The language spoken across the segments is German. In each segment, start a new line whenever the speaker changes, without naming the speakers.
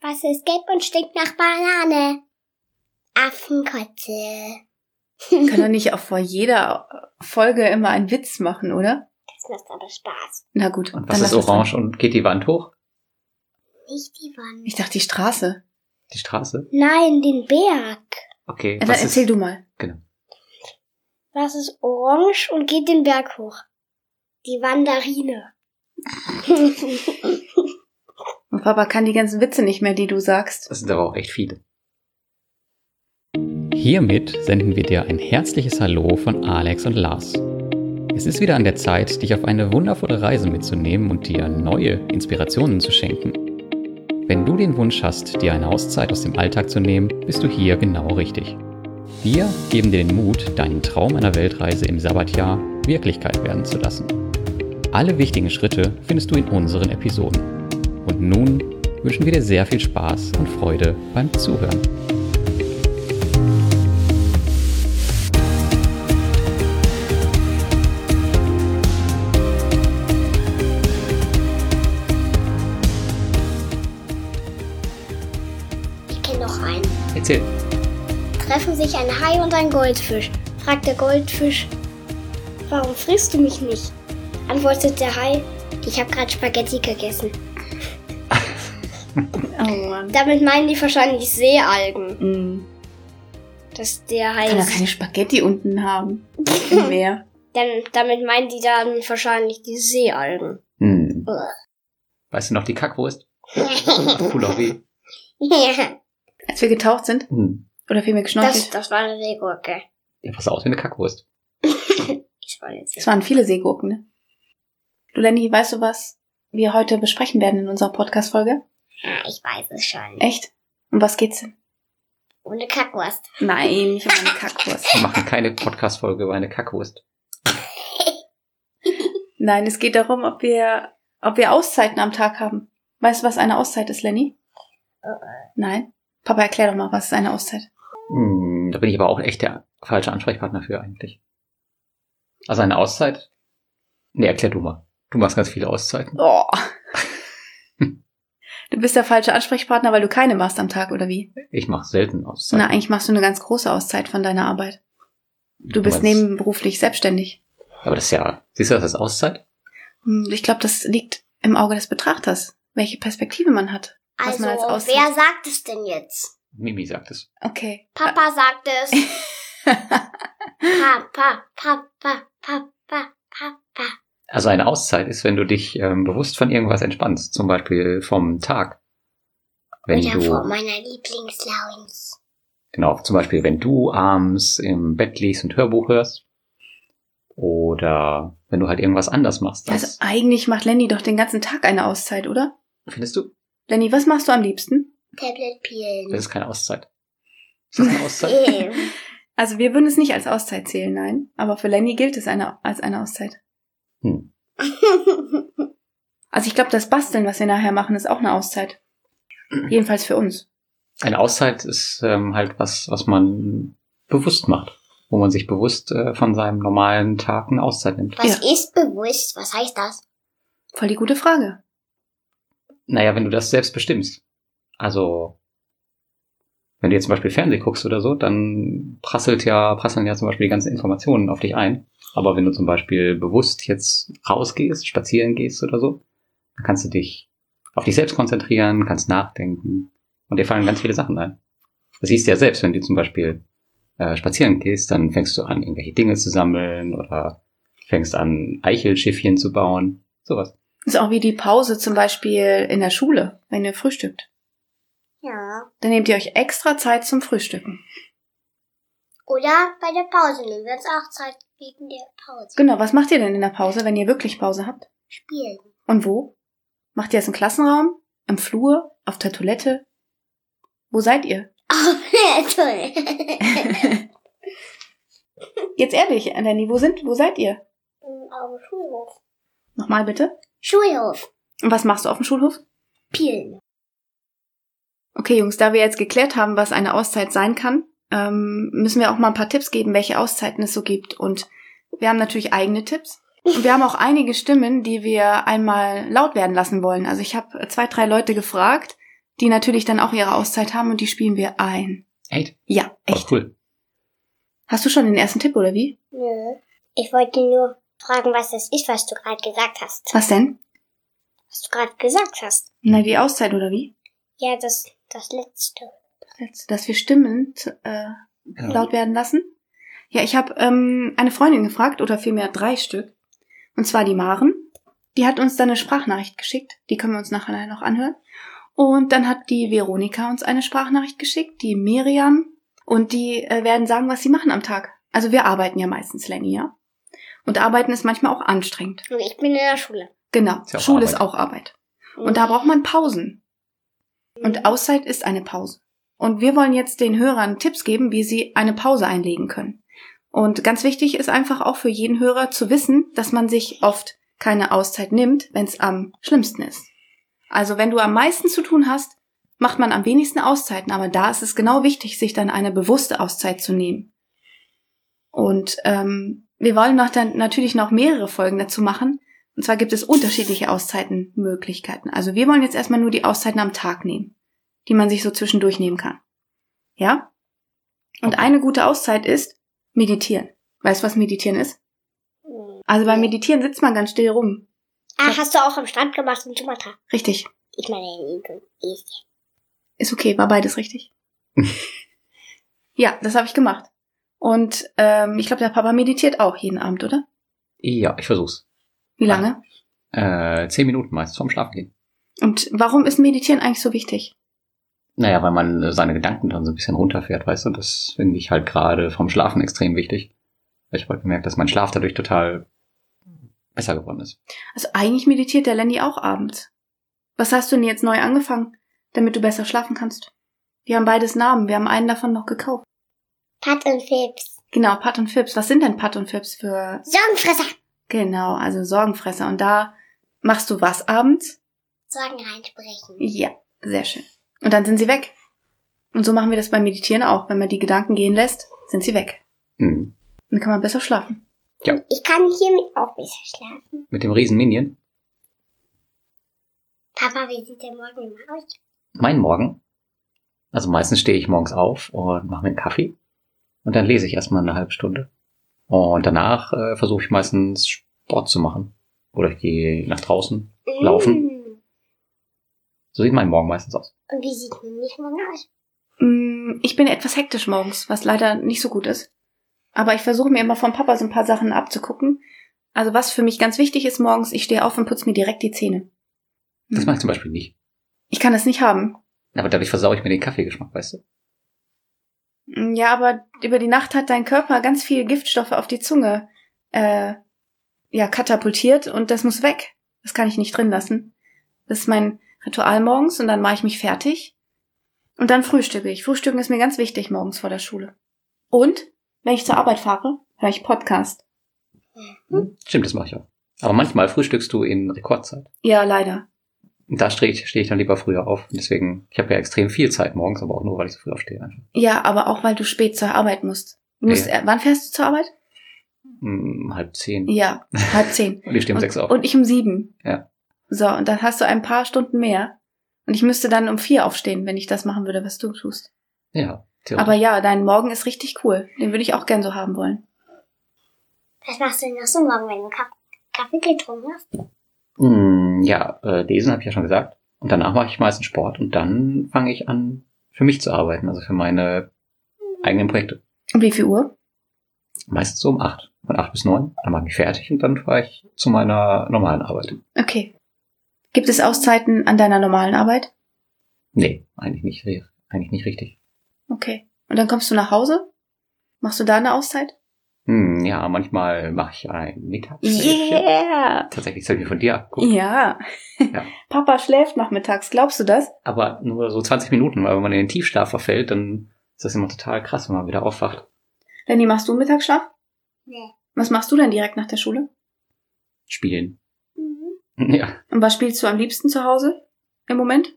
Was ist gelb und stinkt nach Banane? Affenkotze.
Kann doch nicht auch vor jeder Folge immer einen Witz machen, oder?
Das macht aber Spaß.
Na gut.
Und
dann
was ist
lass das
orange und geht die Wand hoch?
Nicht die Wand.
sein. Ich dachte, die Straße.
Die Straße?
Nein, den Berg.
Okay.
Ja, dann
was
erzähl
ist,
du mal.
Was ist orange und geht den Berg hoch? Die Wanderine.
Und Papa kann die ganzen Witze nicht mehr, die du sagst.
Das sind aber auch echt viele.
Hiermit senden wir dir ein herzliches Hallo von Alex und Lars. Es ist wieder an der Zeit, dich auf eine wundervolle Reise mitzunehmen und dir neue Inspirationen zu schenken. Wenn du den Wunsch hast, dir eine Auszeit aus dem Alltag zu nehmen, bist du hier genau richtig. Wir geben dir den Mut, deinen Traum einer Weltreise im Sabbatjahr Wirklichkeit werden zu lassen. Alle wichtigen Schritte findest du in unseren Episoden. Und nun wünschen wir dir sehr viel Spaß und Freude beim Zuhören.
Ich kenne noch einen.
Erzähl.
treffen sich ein Hai und ein Goldfisch. Fragt der Goldfisch, warum frisst du mich nicht? Antwortet der Hai, ich habe gerade Spaghetti gegessen.
Oh Mann.
Damit meinen die wahrscheinlich Seealgen,
Mhm.
dass der
Kann
Hai.
er keine Spaghetti unten haben. Im Meer.
Denn, damit meinen die dann wahrscheinlich die Seealgen.
Hm.
Ugh.
Weißt du noch die Kackwurst? Cool auch weh.
Als wir getaucht sind
Hm.
oder vielmehr
das,
geschnorchelt.
das war eine Seegurke.
Ja, pass aus wie eine Kackwurst.
Ich war jetzt
Es waren viele Seegurken, ne? Du, Lenny, weißt du, was wir heute besprechen werden in unserer Podcast-Folge?
ja, Ah, ich weiß es schon.
Echt? Und was geht's denn?
Ohne Kackwurst.
Nein, ich habe eine Kackwurst.
Wir machen keine Podcast-Folge über eine Kackwurst.
Nein, es geht darum, ob wir, ob wir Auszeiten am Tag haben. Weißt du, was eine Auszeit ist, Lenny? Nein? Papa, erklär doch mal, was ist eine Auszeit?
Hm, da bin ich aber auch echt der falsche Ansprechpartner für eigentlich. Also eine Auszeit? Nee, erklär du mal. Du machst ganz viele Auszeiten.
Oh. Du bist der falsche Ansprechpartner, weil du keine machst am Tag, oder wie?
Ich mache selten Auszeiten.
Na, eigentlich machst du eine ganz große Auszeit von deiner Arbeit. Du bist
Aber das-
nebenberuflich selbstständig.
Aber das ist ja, siehst du das als Auszeit?
Hm, Ich glaube, das liegt im Auge des Betrachters, welche Perspektive man hat. Was
Also,
man als Aussicht-
wer sagt es denn jetzt?
Mimi sagt es.
Okay. Also
Papa sagt es. Papa, Papa, Papa, Papa.
Also eine Auszeit ist, wenn du dich ähm, bewusst von irgendwas entspannst, zum Beispiel vom Tag. Wenn
Oder
du,
vor meiner Lieblingslounge.
genau, zum Beispiel, wenn du abends im Bett liegst und Hörbuch hörst. Oder wenn du halt irgendwas anders machst.
Also
Das,
eigentlich macht Lenny doch den ganzen Tag eine Auszeit, oder?
findest du?
Lenny, was machst du am liebsten?
Tablet
Das
peelen.
ist keine Auszeit. Ist das eine Auszeit?
Ähm,
Also wir würden es nicht als Auszeit zählen, nein. Aber für Lenny gilt es eine, als eine Auszeit.
Hm.
Also ich glaube, das Basteln, was wir nachher machen, ist auch eine Auszeit. Jedenfalls für uns.
Eine Auszeit ist ähm, halt was, was man bewusst macht. Wo man sich bewusst äh, von seinem normalen Tag eine Auszeit nimmt.
Was ist bewusst? Was heißt das?
Voll die gute Frage.
Naja, wenn du das selbst bestimmst. Also, wenn du jetzt zum Beispiel Fernsehen guckst oder so, dann prasselt ja, prasseln ja zum Beispiel die ganzen Informationen auf dich ein. Aber wenn du zum Beispiel bewusst jetzt rausgehst, spazieren gehst oder so, dann kannst du dich auf dich selbst konzentrieren, kannst nachdenken und dir fallen ganz viele Sachen ein. Das siehst du ja selbst, wenn du zum Beispiel äh, spazieren gehst, dann fängst du an, irgendwelche Dinge zu sammeln oder fängst an, Eichelschiffchen zu bauen, sowas.
Ist auch wie die Pause zum Beispiel in der Schule, wenn ihr frühstückt.
Ja.
Dann nehmt ihr euch extra Zeit zum Frühstücken.
Oder bei der Pause nehmen wir uns auch Zeit wegen der Pause.
Genau, was macht ihr denn in der Pause, wenn ihr wirklich Pause habt?
Spielen.
Und wo? Macht ihr das im Klassenraum? Im Flur? Auf der Toilette? Wo seid ihr?
Oh, toll.
Jetzt ehrlich, Lenny, wo sind, wo seid ihr?
Auf dem Schulhof.
Nochmal bitte.
Schulhof.
Und was machst du auf dem Schulhof?
Pielen.
Okay, Jungs, da wir jetzt geklärt haben, was eine Auszeit sein kann, ähm, müssen wir auch mal ein paar Tipps geben, welche Auszeiten es so gibt. Und wir haben natürlich eigene Tipps. Und wir haben auch einige Stimmen, die wir einmal laut werden lassen wollen. Also ich habe zwei, drei Leute gefragt, die natürlich dann auch ihre Auszeit haben und die spielen wir ein.
Echt?
Ja,
Echt?
echt.
cool.
Hast du schon den ersten Tipp oder wie?
Nö. Ich wollte nur fragen, was das ist, was du gerade gesagt hast.
Was denn?
Was du gerade gesagt hast.
Na, die Auszeit oder wie?
Ja, das, das letzte.
Dass wir Stimmen äh,
Ja.
laut werden lassen? Ja, ich habe ähm, eine Freundin gefragt, oder vielmehr drei Stück. Und zwar die Maren. Die hat uns dann eine Sprachnachricht geschickt. Die können wir uns nachher noch anhören. Und dann hat die Veronika uns eine Sprachnachricht geschickt, die Miriam. Und die äh, werden sagen, was sie machen am Tag. Also wir arbeiten ja meistens Lenny, ja? Und arbeiten ist manchmal auch anstrengend.
Und ich bin in der Schule.
Genau.
Ist ja auch
Schule
Arbeit.
ist auch Arbeit. Und da braucht man Pausen. Und
auch.
Auszeit ist eine Pause. Und wir wollen jetzt den Hörern Tipps geben, wie sie eine Pause einlegen können. Und ganz wichtig ist einfach auch für jeden Hörer zu wissen, dass man sich oft keine Auszeit nimmt, wenn es am schlimmsten ist. Also wenn du am meisten zu tun hast, macht man am wenigsten Auszeiten, aber da ist es genau wichtig, sich dann eine bewusste Auszeit zu nehmen. Und ähm, wir wollen noch dann natürlich noch mehrere Folgen dazu machen. Und zwar gibt es unterschiedliche Auszeitenmöglichkeiten. Also wir wollen jetzt erstmal nur die Auszeiten am Tag nehmen, die man sich so zwischendurch nehmen kann. Ja? Und eine gute Auszeit ist meditieren. Weißt du, was meditieren ist? Also beim Meditieren sitzt man ganz still rum.
Hm. Ah, hast du auch am Strand gemacht in Sumatra?
Richtig.
Ich meine, in Indonesien.
Ist okay, war beides richtig. ja, das habe ich gemacht. Und ähm, ich glaube, der Papa meditiert auch jeden Abend, oder?
Ja, ich versuch's.
Wie lange?
Äh, zehn Minuten meist vorm Schlafen gehen.
Und warum ist Meditieren eigentlich so wichtig?
Naja, weil man äh, seine Gedanken dann so ein bisschen runterfährt, weißt du? Das finde ich halt gerade vom Schlafen extrem wichtig. Ich habe halt gemerkt, dass mein Schlaf dadurch total besser geworden ist.
Also eigentlich meditiert der Lenny auch abends. Was hast du denn jetzt neu angefangen, damit du besser schlafen kannst? Wir haben beides Namen, wir haben einen davon noch gekauft.
Pat und Phipps.
Genau, Pat und Phipps. Was sind denn Pat und Phipps für...
Sorgenfresser.
Genau, also Sorgenfresser. Und da machst du was abends?
Sorgen reinsprechen.
Ja, sehr schön. Und dann sind sie weg. Und so machen wir das beim Meditieren auch. Wenn man die Gedanken gehen lässt, sind sie weg.
Mhm.
Dann kann man besser schlafen.
Ich kann hiermit auch besser schlafen.
Mit dem riesen Minion.
Papa, wie sieht der morgen immer aus?
Mein Morgen. Also meistens stehe ich morgens auf und mache mir einen Kaffee. Und dann lese ich erstmal eine halbe Stunde. Und danach äh, versuche ich meistens Sport zu machen. Oder ich gehe nach draußen. Laufen.
Mm.
So sieht mein Morgen meistens aus.
Und wie sieht Minis morgen aus?
Mm, Ich bin etwas hektisch morgens, was leider nicht so gut ist. Aber ich versuche mir immer vom Papa so ein paar Sachen abzugucken. Also was für mich ganz wichtig ist morgens, ich stehe auf und putze mir direkt die Zähne. Mhm.
Das mache ich zum Beispiel nicht.
Ich kann das nicht haben.
Aber dadurch versaue ich mir den Kaffeegeschmack, weißt du?
Mm, Ja, aber über die Nacht hat dein Körper ganz viel Giftstoffe auf die Zunge äh, ja, katapultiert und das muss weg. Das kann ich nicht drin lassen. Das ist mein Ritual morgens und dann mache ich mich fertig. Und dann frühstücke ich. Frühstücken ist mir ganz wichtig morgens vor der Schule. Und wenn ich zur Arbeit fahre, höre ich Podcast. Hm.
Stimmt, das mache ich auch. Aber manchmal frühstückst du in Rekordzeit.
Ja, leider.
Und da stehe ich, stehe ich dann lieber früher auf. Und deswegen, ich habe ja extrem viel Zeit morgens, aber auch nur, weil ich so früh aufstehe. Einfach.
Ja, aber auch weil du spät zur Arbeit musst. Du musst äh, wann fährst du zur Arbeit?
Hm, halb zehn.
Ja, halb zehn.
Und ich stehe um
und,
sechs auf.
Und ich um sieben.
Ja.
So, und dann hast du ein paar Stunden mehr. Und ich müsste dann um vier aufstehen, wenn ich das machen würde, was du tust.
ja,
Aber ja, dein Morgen ist richtig cool. Den würde ich auch gern so haben wollen.
Was machst du denn noch so morgen, wenn du Kaff- Kaffee getrunken hast?
Hm, ja, äh, lesen habe ich ja schon gesagt. Und danach mache ich meistens Sport und dann fange ich an, für mich zu arbeiten, also für meine eigenen Projekte.
Um wie viel Uhr?
Meistens so um acht. Von acht bis neun. Dann mache ich mich fertig und dann fahre ich zu meiner normalen Arbeit.
Okay. Gibt es Auszeiten an deiner normalen Arbeit?
Nee, eigentlich nicht, ri- eigentlich nicht richtig.
Okay. Und dann kommst du nach Hause? Machst du da eine Auszeit?
Hm, ja, manchmal mache ich ein Mittagsschläfchen.
Yeah!
Tatsächlich, das habe ich mir von dir abgeguckt.
Ja.
Ja.
Papa schläft nachmittags. Glaubst du das?
Aber nur so 20 Minuten, weil wenn man in den Tiefschlaf verfällt, dann ist das immer total krass, wenn man wieder aufwacht.
Lenny, machst du Mittagsschlaf?
Nee.
Was machst du denn direkt nach der Schule?
Spielen.
Mhm.
Ja.
Und was spielst du am liebsten zu Hause im Moment?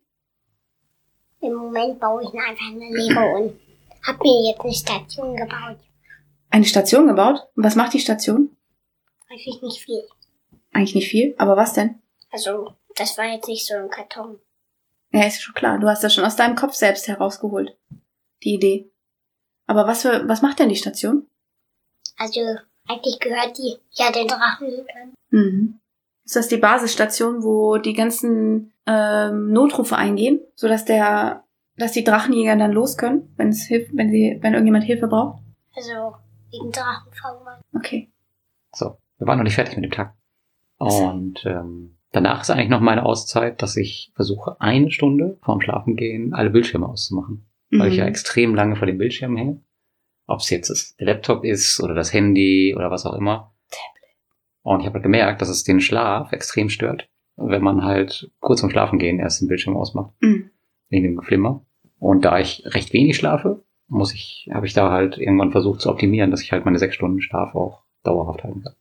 Im Moment baue ich nur einfach eine Lego und hab mir jetzt eine Station gebaut.
Eine Station gebaut. Und was macht die Station?
Häufig nicht viel.
Eigentlich nicht viel, aber was denn?
Also, das war jetzt nicht so ein Karton.
Ja, ist schon klar. Du hast das schon aus deinem Kopf selbst herausgeholt. Die Idee. Aber was für, was macht denn die Station?
Also eigentlich gehört die ja den Drachen.
Mhm. Ist das die Basisstation, wo die ganzen ähm, Notrufe eingehen, sodass der, dass die Drachenjäger dann los können, wenn es hilft, wenn sie, wenn irgendjemand Hilfe braucht?
Also wegen Drachenfauer.
Okay.
So, wir waren noch nicht fertig mit dem Tag. Und ähm, danach ist eigentlich noch meine Auszeit, dass ich versuche, eine Stunde vorm Schlafengehen alle Bildschirme auszumachen. Weil
Mhm.
ich ja extrem lange vor dem Bildschirm hänge. Ob es jetzt das, der Laptop ist oder das Handy oder was auch immer. Und ich habe halt gemerkt, dass es den Schlaf extrem stört, wenn man halt kurz vorm Schlafengehen erst den Bildschirm ausmacht
Mhm.
wegen dem Geflimmer. Und da ich recht wenig schlafe, muss ich, habe ich da halt irgendwann versucht zu optimieren, dass ich halt meine sechs Stunden Schlaf auch dauerhaft halten kann.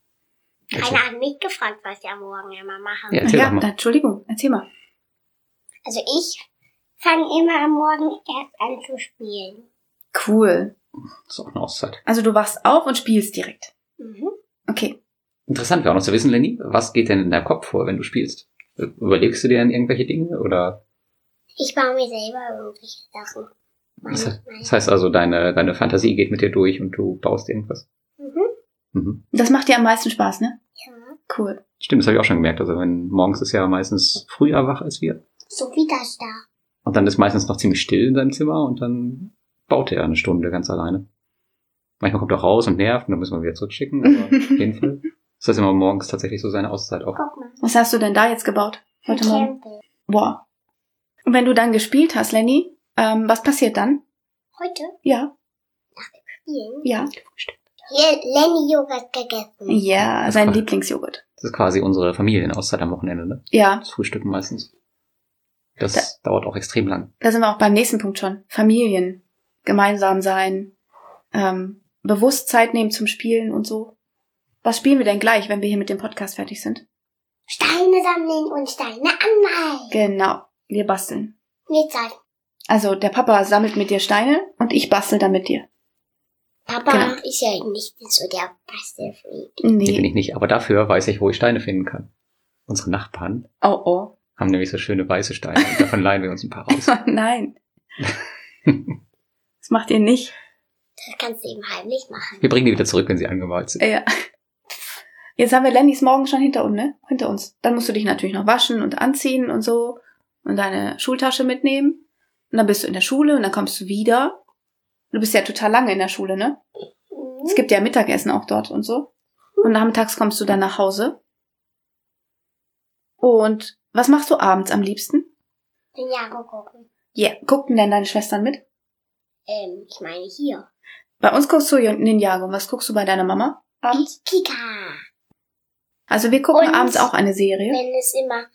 Also,
Keiner hat mich gefragt, was ja morgen immer machen.
ja, erzähl
Ja,
doch mal.
na, Entschuldigung, erzähl mal.
Also ich fange immer am Morgen erst an zu spielen.
Cool.
Das ist auch eine Auszeit.
Also du wachst auf und spielst direkt.
Mhm.
Okay.
Interessant wäre auch noch zu wissen, Lenny, was geht denn in deinem Kopf vor, wenn du spielst? Überlegst du dir dann irgendwelche Dinge oder
Ich baue mir selber irgendwelche Sachen.
was he-
Manchmal.
das heißt also, deine, deine Fantasie geht mit dir durch und du baust irgendwas?
Mhm.
Mhm.
Das macht dir am meisten Spaß, ne?
Ja.
Cool.
Stimmt, das habe ich auch schon gemerkt. Also wenn morgens ist ja meistens früher wach als wir
So wie das da.
und dann ist meistens noch ziemlich still in seinem Zimmer und dann baut er eine Stunde ganz alleine. Manchmal kommt er raus und nervt und dann müssen wir ihn wieder zurückschicken, aber auf jeden Fall ist das immer morgens tatsächlich so seine Auszeit auch.
Guck mal.
Was hast du denn da jetzt gebaut?
Ein
Heute Morgen.
Tempel.
Boah. Und wenn du dann gespielt hast, Lenny, ähm, was passiert dann?
Heute
Ja,
spielen.
ja.
Hier Lenny Joghurt gegessen.
Ja,
Das
sein
kann-
Lieblingsjoghurt.
Das ist quasi unsere Familienauszeit am Wochenende, ne?
Ja,
Das Frühstücken meistens. Das dauert auch extrem lang.
da sind wir auch beim nächsten Punkt schon. Familien, gemeinsam sein, ähm, bewusst Zeit nehmen zum Spielen und so. Was spielen wir denn gleich, wenn wir hier mit dem Podcast fertig sind?
Steine sammeln und Steine anmalen.
Genau, wir basteln.
Mit Sand.
Also der Papa sammelt mit dir Steine und ich bastel dann mit dir.
Papa
Genau.
ist ja nicht so der Bastelfreak.
Die bin
Nee.
ich nicht. Aber dafür weiß ich, wo ich Steine finden kann. Unsere Nachbarn
Oh oh.
haben nämlich so schöne weiße Steine und davon leihen wir uns ein paar aus.
Nein. Das macht ihr nicht.
Das kannst du eben heimlich machen.
Wir bringen die wieder zurück, wenn sie angemalt sind.
Ja. Jetzt haben wir Lennys morgen schon hinter uns, ne? Hinter uns. Dann musst du dich natürlich noch waschen und anziehen und so und deine Schultasche mitnehmen. Und dann bist du in der Schule und dann kommst du wieder. Du bist ja total lange in der Schule, ne? Es gibt ja Mittagessen auch dort und so. Und nachmittags kommst du dann nach Hause. Und was machst du abends am liebsten?
Den Jago gucken.
Ja, yeah. gucken denn deine Schwestern mit?
Ähm, ich meine hier.
Bei uns guckst du Ninjago. Was guckst du bei deiner Mama abends?
Kika.
Also wir gucken
Und-
abends auch eine Serie.
Wenn es immer,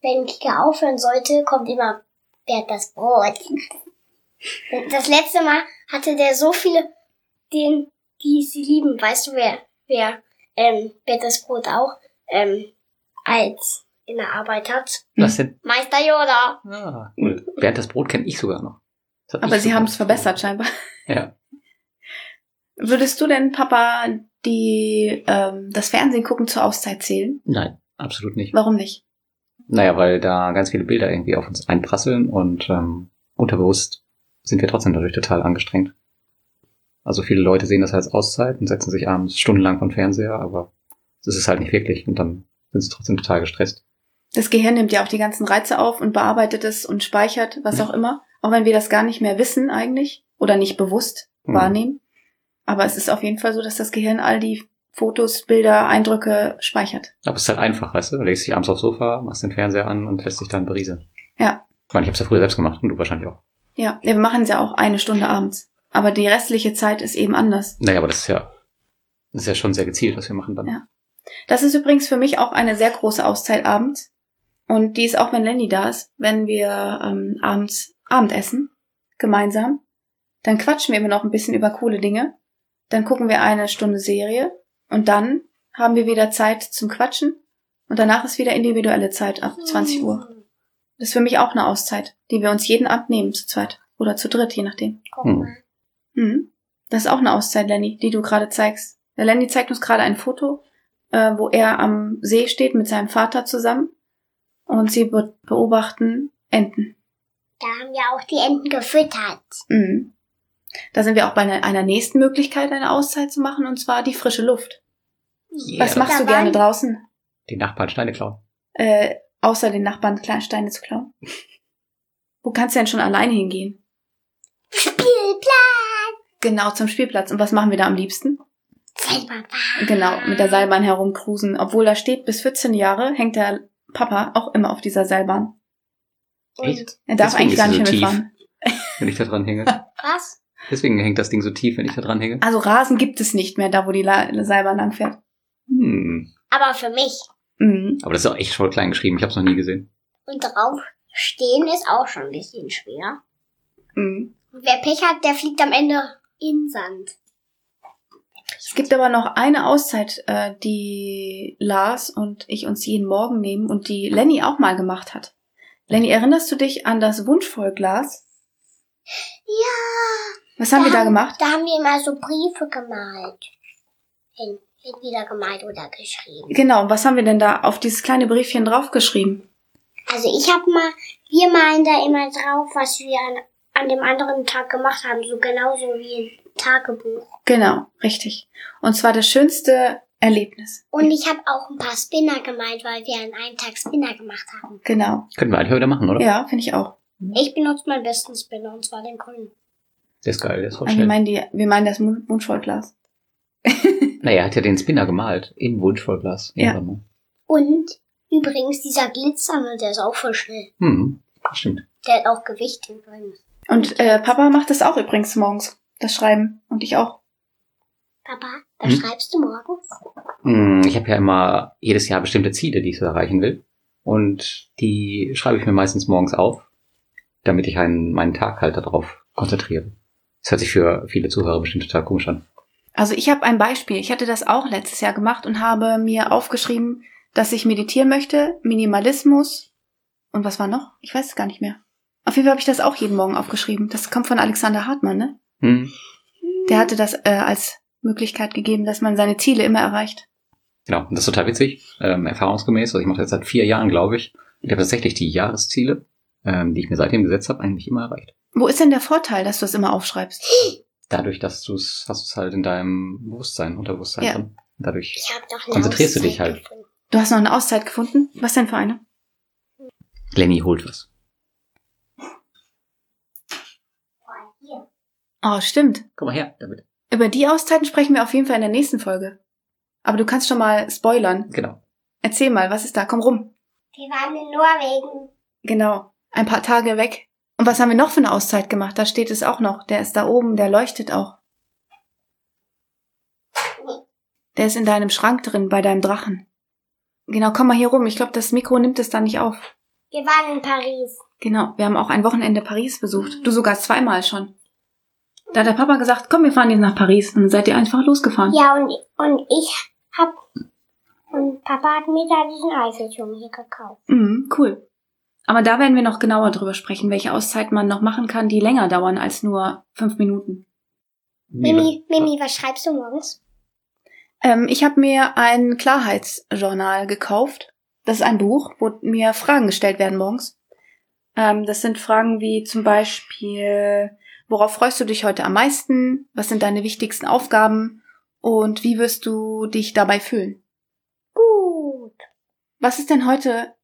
wenn Kika aufhören sollte, kommt immer Bert das Brot. Das letzte Mal hatte der so viele, den, die sie lieben. Weißt du, wer, wer, ähm, Bert das Brot auch, ähm, als in der Arbeit hat?
Mhm.
Was denn?
Meister Yoda.
Ah, cool. Bernd das Brot kenne ich sogar noch. Das hab
Aber
ich
sie
sogar
haben es
noch.
verbessert scheinbar.
Ja.
Würdest du denn, Papa, die ähm, das Fernsehen gucken zur Auszeit zählen?
Nein, absolut nicht.
Warum nicht?
Naja, weil da ganz viele Bilder irgendwie auf uns einprasseln und ähm, unterbewusst sind wir trotzdem dadurch total angestrengt. Also viele Leute sehen das als Auszeit und setzen sich abends stundenlang vom Fernseher, aber das ist halt nicht wirklich und dann sind sie trotzdem total gestresst.
Das Gehirn nimmt ja auch die ganzen Reize auf und bearbeitet es und speichert, was
Ja.
auch immer. Auch wenn wir das gar nicht mehr wissen eigentlich oder nicht bewusst
Mhm.
wahrnehmen. Aber es ist auf jeden Fall so, dass das Gehirn all die Fotos, Bilder, Eindrücke speichert.
Aber es ist halt einfach, weißt du? Du legst dich abends aufs Sofa, machst den Fernseher an und lässt dich dann berieseln.
Ja.
Ich meine, ich habe ja früher selbst gemacht und du wahrscheinlich auch.
Ja, wir machen es ja auch eine Stunde abends. Aber die restliche Zeit ist eben anders.
Naja, aber das ist ja, das ist ja schon sehr gezielt, was wir machen dann.
Ja. Das ist übrigens für mich auch eine sehr große Auszeit abends. Und die ist auch, wenn Lenny da ist, wenn wir ähm, abends Abendessen gemeinsam. Dann quatschen wir immer noch ein bisschen über coole Dinge. Dann gucken wir eine Stunde Serie. Und dann haben wir wieder Zeit zum Quatschen. Und danach ist wieder individuelle Zeit
Hm.
ab 20 Uhr. Das ist für mich auch eine Auszeit, die wir uns jeden Abend nehmen, zu zweit. Oder zu dritt, je nachdem.
Guck
Hm.
mal.
Mhm. Das ist auch eine Auszeit, Lenny, die du gerade zeigst. Der Lenny zeigt uns gerade ein Foto, äh, wo er am See steht mit seinem Vater zusammen und sie be beobachten Enten.
Da haben wir auch die Enten gefüttert.
Mhm. Da sind wir auch bei einer, einer nächsten Möglichkeit, eine Auszeit zu machen, und zwar die frische Luft.
Yeah.
Was machst
Da
du gerne
waren-
draußen,
Die Nachbarn Steine klauen.
äh, außer den Nachbarn kleine Steine zu klauen? Wo kannst du denn schon allein hingehen?
Spielplatz.
Genau, zum Spielplatz. Und was machen wir da am liebsten?
Selber.
Genau, mit der Seilbahn herumcruisen. Obwohl da steht, bis 14 Jahre hängt der Papa auch immer auf dieser Seilbahn.
Und
Er darf
Deswegen
eigentlich gar
ist
nicht
sie
mehr
so tief.
mitfahren.
wenn ich da dran hänge.
was?
Deswegen hängt das Ding so tief, wenn ich da dran hänge.
Also Rasen gibt es nicht mehr, da wo die La Seilbahn lang fährt.
Hm.
Aber für mich.
Mhm.
Aber das ist auch echt voll klein geschrieben. Ich habe es noch nie gesehen.
Und drauf stehen ist auch schon ein bisschen schwer.
Mhm.
Und wer Pech hat, der fliegt am Ende in Sand.
Es gibt aber noch eine Auszeit, äh, die Lars und ich uns jeden Morgen nehmen und die Lenny auch mal gemacht hat. Lenny, erinnerst du dich an das Wunschvollglas?
Ja.
Was haben wir da gemacht?
Da haben wir immer so Briefe gemalt. Hin, entweder gemalt oder geschrieben.
Genau, was haben wir denn da auf dieses kleine Briefchen draufgeschrieben?
Also ich hab mal, wir malen da immer drauf, was wir an, an dem anderen Tag gemacht haben. So genauso wie ein Tagebuch.
Genau, richtig. Und zwar das schönste Erlebnis.
Und ich habe auch ein paar Spinner gemalt, weil wir an einem Tag Spinner gemacht haben.
Genau.
Können wir eigentlich wieder machen, oder?
Ja, finde ich auch.
Ich benutze meinen besten Spinner und zwar den grünen.
Der ist geil, der ist voll
Aber Also wir
schnell.
meinen, die, wir meinen das Mund- Mundvollglas.
Naja, er hat ja den Spinner gemalt. In Wunschvollglas.
Ja.
Irgendwann mal.
Und übrigens dieser Glitzerne, der ist auch voll schnell.
Hm, das stimmt.
Der hat auch Gewicht im Grün.
Und äh, Papa macht das auch übrigens morgens, das Schreiben. Und ich auch.
Papa, da
Hm?
schreibst du morgens?
Hm, ich habe ja immer jedes Jahr bestimmte Ziele, die ich so erreichen will. Und die schreibe ich mir meistens morgens auf, damit ich einen, meinen Tag halt darauf konzentriere. Das hört sich für viele Zuhörer bestimmt total komisch an.
Also ich habe ein Beispiel. Ich hatte das auch letztes Jahr gemacht und habe mir aufgeschrieben, dass ich meditieren möchte, Minimalismus und was war noch? Ich weiß es gar nicht mehr. Auf jeden Fall habe ich das auch jeden Morgen aufgeschrieben. Das kommt von Alexander Hartmann, ne?
Hm,
Der hatte das äh, als Möglichkeit gegeben, dass man seine Ziele immer erreicht.
Genau, und das ist total witzig, ähm, erfahrungsgemäß. Also ich mache das seit vier Jahren, glaube ich. Ich habe tatsächlich die Jahresziele, ähm, die ich mir seitdem gesetzt habe, eigentlich immer erreicht.
Wo ist denn der Vorteil, dass du es immer aufschreibst?
Dadurch, dass du es, hast du es halt in deinem Bewusstsein, Unterbewusstsein
Ja.
drin. Dadurch.
Ich habe doch eine
Konzentrierst du
Auszeit
dich halt.
gefunden.
Du hast noch eine Auszeit gefunden? Was denn für eine?
Lenny holt was.
Boah, hier.
Oh, stimmt.
Komm mal her damit.
Über die Auszeiten sprechen wir auf jeden Fall in der nächsten Folge. Aber du kannst schon mal spoilern.
Genau.
Erzähl mal, was ist da? Komm rum.
Wir waren in Norwegen.
Genau. Ein paar Tage weg. Und was haben wir noch für eine Auszeit gemacht? Da steht es auch noch. Der ist da oben, der leuchtet auch. Der ist in deinem Schrank drin, bei deinem Drachen. Genau, komm mal hier rum. Ich glaube, das Mikro nimmt es da nicht auf.
Wir waren in Paris.
Genau, wir haben auch ein Wochenende Paris besucht. Du sogar zweimal schon. Da hat der Papa gesagt, komm, wir fahren jetzt nach Paris. Und dann seid ihr einfach losgefahren.
Ja, und, und ich hab. Und Papa hat mir da diesen Eiffelturm hier gekauft.
Mhm, cool. Aber da werden wir noch genauer drüber sprechen, welche Auszeiten man noch machen kann, die länger dauern als nur fünf Minuten.
Mimi, Mimi, was schreibst du morgens?
Ähm, ich habe mir ein Klarheitsjournal gekauft. Das ist ein Buch, wo mir Fragen gestellt werden morgens. Ähm, das sind Fragen wie zum Beispiel, worauf freust du dich heute am meisten? Was sind deine wichtigsten Aufgaben? Und wie wirst du dich dabei fühlen?
Gut.
Was ist denn heute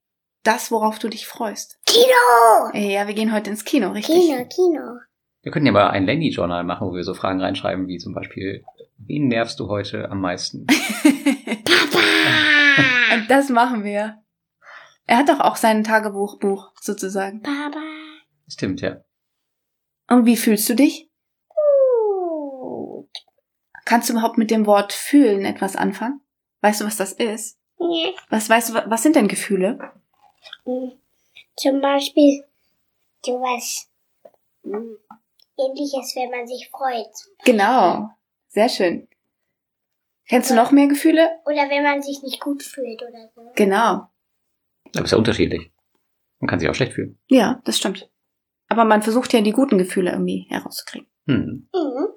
das, worauf du dich freust?
Kino!
Äh, Ja, wir gehen heute ins Kino, richtig?
Oh, Kino, Kino.
Wir könnten ja mal ein Lenny-Journal machen, wo wir so Fragen reinschreiben, wie zum Beispiel, wen nervst du heute am meisten? Ah.
Papa!
Und Äh, das machen wir. Er hat doch auch sein Tagebuchbuch sozusagen.
Papa!
Stimmt, ja.
Und wie fühlst du dich?
Gut.
Kannst du überhaupt mit dem Wort fühlen etwas anfangen? Weißt du, was das ist?
Ja.
Was weißt du, wa- was sind denn Gefühle?
Hm. Zum Beispiel sowas hm, ähnliches, wenn man sich freut.
Genau. Sehr schön. Kennst du noch mehr Gefühle?
Oder wenn man sich nicht gut fühlt oder so.
Genau.
Aber ist ja unterschiedlich. Man kann sich auch schlecht fühlen.
Ja, das stimmt. Aber man versucht ja die guten Gefühle irgendwie herauszukriegen.
Hm.
Mhm.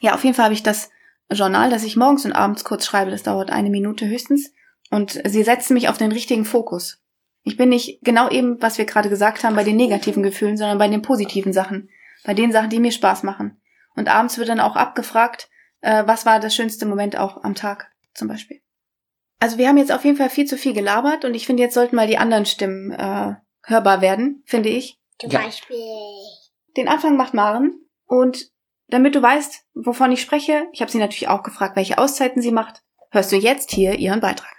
Ja, auf jeden Fall habe ich das Journal, das ich morgens und abends kurz schreibe. Das dauert eine Minute höchstens. Und sie setzen mich auf den richtigen Fokus. Ich bin nicht genau eben, was wir gerade gesagt haben, bei den negativen Gefühlen, sondern bei den positiven Sachen. Bei den Sachen, die mir Spaß machen. Und abends wird dann auch abgefragt, äh, was war das schönste Moment auch am Tag zum Beispiel. Also wir haben jetzt auf jeden Fall viel zu viel gelabert und ich finde, jetzt sollten mal die anderen Stimmen äh, hörbar werden, finde ich.
Zum
Ja.
Beispiel.
Den Anfang macht Maren und damit du weißt, wovon ich spreche, ich habe sie natürlich auch gefragt, welche Auszeiten sie macht, hörst du jetzt hier ihren Beitrag.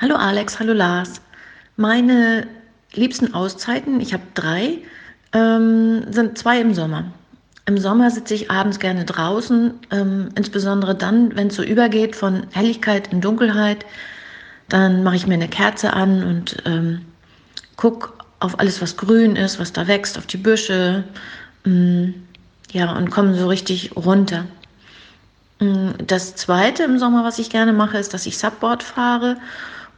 Hallo Alex, hallo Lars. Meine liebsten Auszeiten, ich habe drei, ähm, sind zwei im Sommer. Im Sommer sitze ich abends gerne draußen, ähm, insbesondere dann, wenn es so übergeht von Helligkeit in Dunkelheit. Dann mache ich mir eine Kerze an und ähm, guck auf alles, was grün ist, was da wächst, auf die Büsche. Ähm, ja, und komme so richtig runter. Mm, Das zweite im Sommer, was ich gerne mache, ist, dass ich Subboard fahre.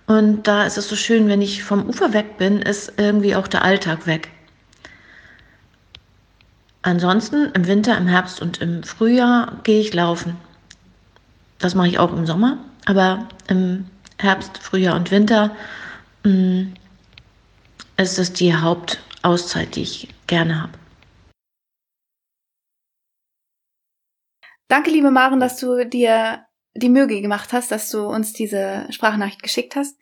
Und da ist es so schön, wenn ich vom Ufer weg bin, ist irgendwie auch der Alltag weg. Ansonsten im Winter, im Herbst und im Frühjahr gehe ich laufen. Das mache ich auch im Sommer, aber im Herbst, Frühjahr und Winter mm, ist es die Hauptauszeit, die ich gerne habe.
Danke, liebe Maren, dass du dir die Mühe gemacht hast, dass du uns diese Sprachnachricht geschickt hast.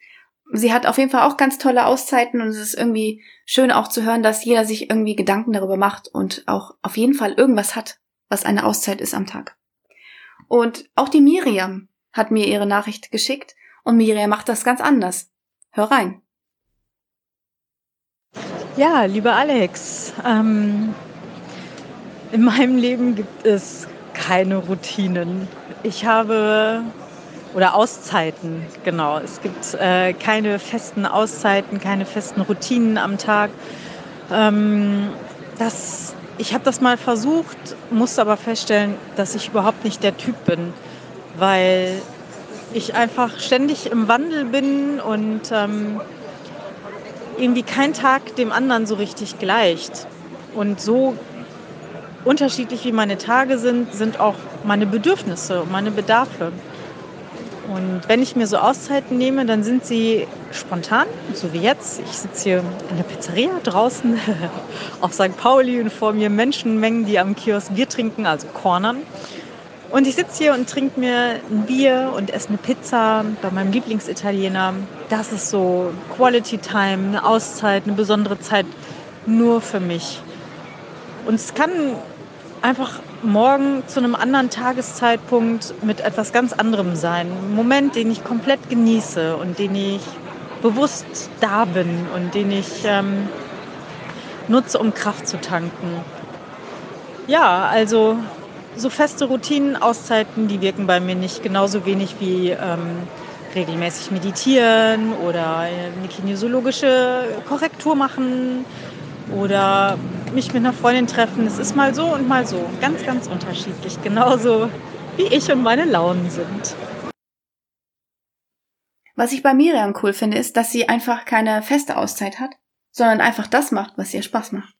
Sie hat auf jeden Fall auch ganz tolle Auszeiten und es ist irgendwie schön auch zu hören, dass jeder sich irgendwie Gedanken darüber macht und auch auf jeden Fall irgendwas hat, was eine Auszeit ist am Tag. Und auch die Miriam hat mir ihre Nachricht geschickt und Miriam macht das ganz anders. Hör rein.
Ja, lieber Alex, ähm, in meinem Leben gibt es keine Routinen. Ich habe, oder Auszeiten, genau. Es gibt äh, keine festen Auszeiten, keine festen Routinen am Tag. Ähm, das, ich habe das mal versucht, musste aber feststellen, dass ich überhaupt nicht der Typ bin, weil ich einfach ständig im Wandel bin und... Ähm, irgendwie kein Tag dem anderen so richtig gleicht. Und so unterschiedlich wie meine Tage sind, sind auch meine Bedürfnisse und meine Bedarfe. Und wenn ich mir so Auszeiten nehme, dann sind sie spontan, so wie jetzt. Ich sitze hier in der Pizzeria draußen auf St. Pauli und vor mir Menschenmengen, die am Kiosk Bier trinken, also Cornern. Und ich sitze hier und trinke mir ein Bier und esse eine Pizza bei meinem Lieblingsitaliener. Das ist so Quality Time, eine Auszeit, eine besondere Zeit nur für mich. Und es kann einfach morgen zu einem anderen Tageszeitpunkt mit etwas ganz anderem sein. Ein Moment, den ich komplett genieße und den ich bewusst da bin und den ich ähm, nutze, um Kraft zu tanken. Ja, also so feste Routinen, Auszeiten, die wirken bei mir nicht genauso wenig wie ähm, regelmäßig meditieren oder eine kinesiologische Korrektur machen oder mich mit einer Freundin treffen. Es ist mal so und mal so. Ganz, ganz unterschiedlich. Genauso wie ich und meine Launen sind.
Was ich bei Miriam cool finde, ist, dass sie einfach keine feste Auszeit hat, sondern einfach das macht, was ihr Spaß macht.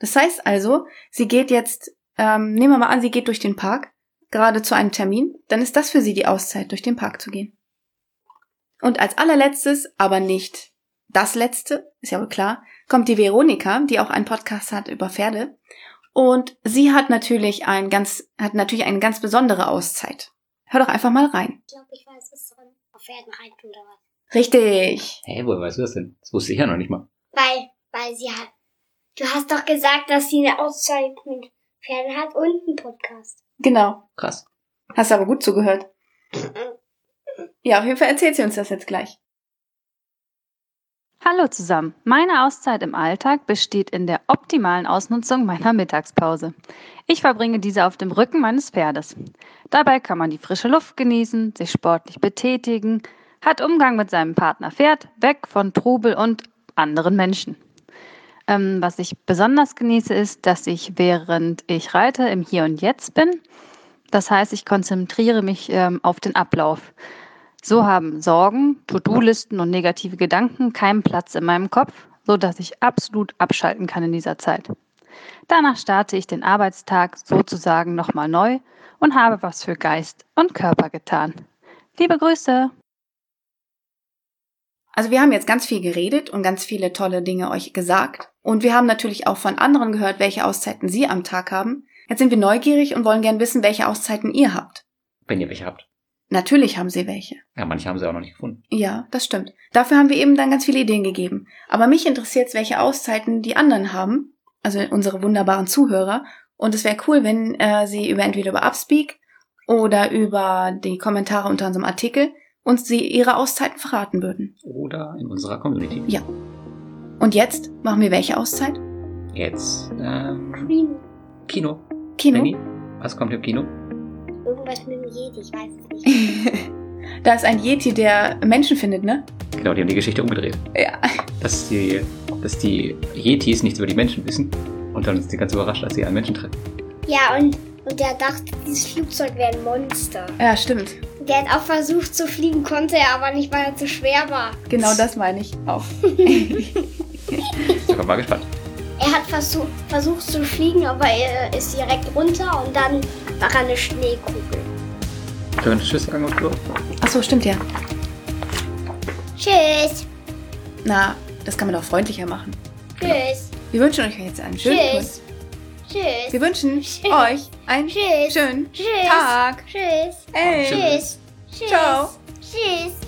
Das heißt also, sie geht jetzt, ähm, nehmen wir mal an, sie geht durch den Park, gerade zu einem Termin, dann ist das für sie die Auszeit, durch den Park zu gehen. Und als allerletztes, aber nicht das letzte, ist ja wohl klar, kommt die Veronika, die auch einen Podcast hat über Pferde. Und sie hat natürlich ein ganz, hat natürlich eine ganz besondere Auszeit. Hör doch einfach mal rein.
Ich glaube, ich weiß, es soll auf Pferden reiten oder was.
Richtig.
Hä, woher weißt du das denn? Das wusste ich ja noch nicht mal.
Weil, weil sie hat. Du hast doch gesagt, dass sie eine Auszeit mit Pferden hat und einen Podcast.
Genau.
Krass.
Hast aber gut zugehört. Ja, auf jeden Fall erzählt sie uns das jetzt gleich.
Hallo zusammen. Meine Auszeit im Alltag besteht in der optimalen Ausnutzung meiner Mittagspause. Ich verbringe diese auf dem Rücken meines Pferdes. Dabei kann man die frische Luft genießen, sich sportlich betätigen, hat Umgang mit seinem Partner Pferd, weg von Trubel und anderen Menschen. Ähm, was ich besonders genieße, ist, dass ich während ich reite im Hier und Jetzt bin. Das heißt, ich konzentriere mich ähm, auf den Ablauf. So haben Sorgen, To-Do-Listen und negative Gedanken keinen Platz in meinem Kopf, so dass ich absolut abschalten kann in dieser Zeit. Danach starte ich den Arbeitstag sozusagen nochmal neu und habe was für Geist und Körper getan. Liebe Grüße!
Also wir haben jetzt ganz viel geredet und ganz viele tolle Dinge euch gesagt. Und wir haben natürlich auch von anderen gehört, welche Auszeiten sie am Tag haben. Jetzt sind wir neugierig und wollen gern wissen, welche Auszeiten ihr habt.
Wenn ihr welche habt.
Natürlich haben sie welche.
Ja, manche haben sie auch noch nicht gefunden.
Ja, das stimmt. Dafür haben wir eben dann ganz viele Ideen gegeben. Aber mich interessiert welche Auszeiten die anderen haben, also unsere wunderbaren Zuhörer. Und es wäre cool, wenn äh, sie über entweder über Upspeak oder über die Kommentare unter unserem Artikel uns sie ihre Auszeiten verraten würden.
Oder in unserer Community.
Ja. Und jetzt machen wir welche Auszeit?
Jetzt ähm,
Green.
Kino.
Kino.
Lenny, was kommt im Kino?
Irgendwas mit dem Jedi, ich weiß es nicht.
da ist ein Yeti, der Menschen findet, ne?
Genau, die haben die Geschichte umgedreht.
Ja.
Dass die, dass die Yetis nichts über die Menschen wissen. Und dann sind sie ganz überrascht, als sie einen Menschen treffen.
Ja, und, und der dachte, dieses Flugzeug wäre ein Monster.
Ja, stimmt.
Der hat auch versucht zu fliegen, konnte er aber nicht, weil er zu schwer war.
Genau das meine ich auch.
Ich bin mal gespannt.
Er hat versuch, versucht zu fliegen, aber er ist direkt runter und dann war er eine Schneekugel.
Können wir einen Tschüss sagen auf Klo?
Ach so, stimmt ja.
Tschüss.
Na, das kann man doch freundlicher machen.
Tschüss.
Wir wünschen euch jetzt einen schönen
Tschüss.
Kurs.
Tschüss.
Wir wünschen
Tschüss.
euch einen
Tschüss.
schönen
Tschüss.
Tag.
Tschüss.
Ey.
Tschüss. Tschüss.
Ciao.
Tschüss.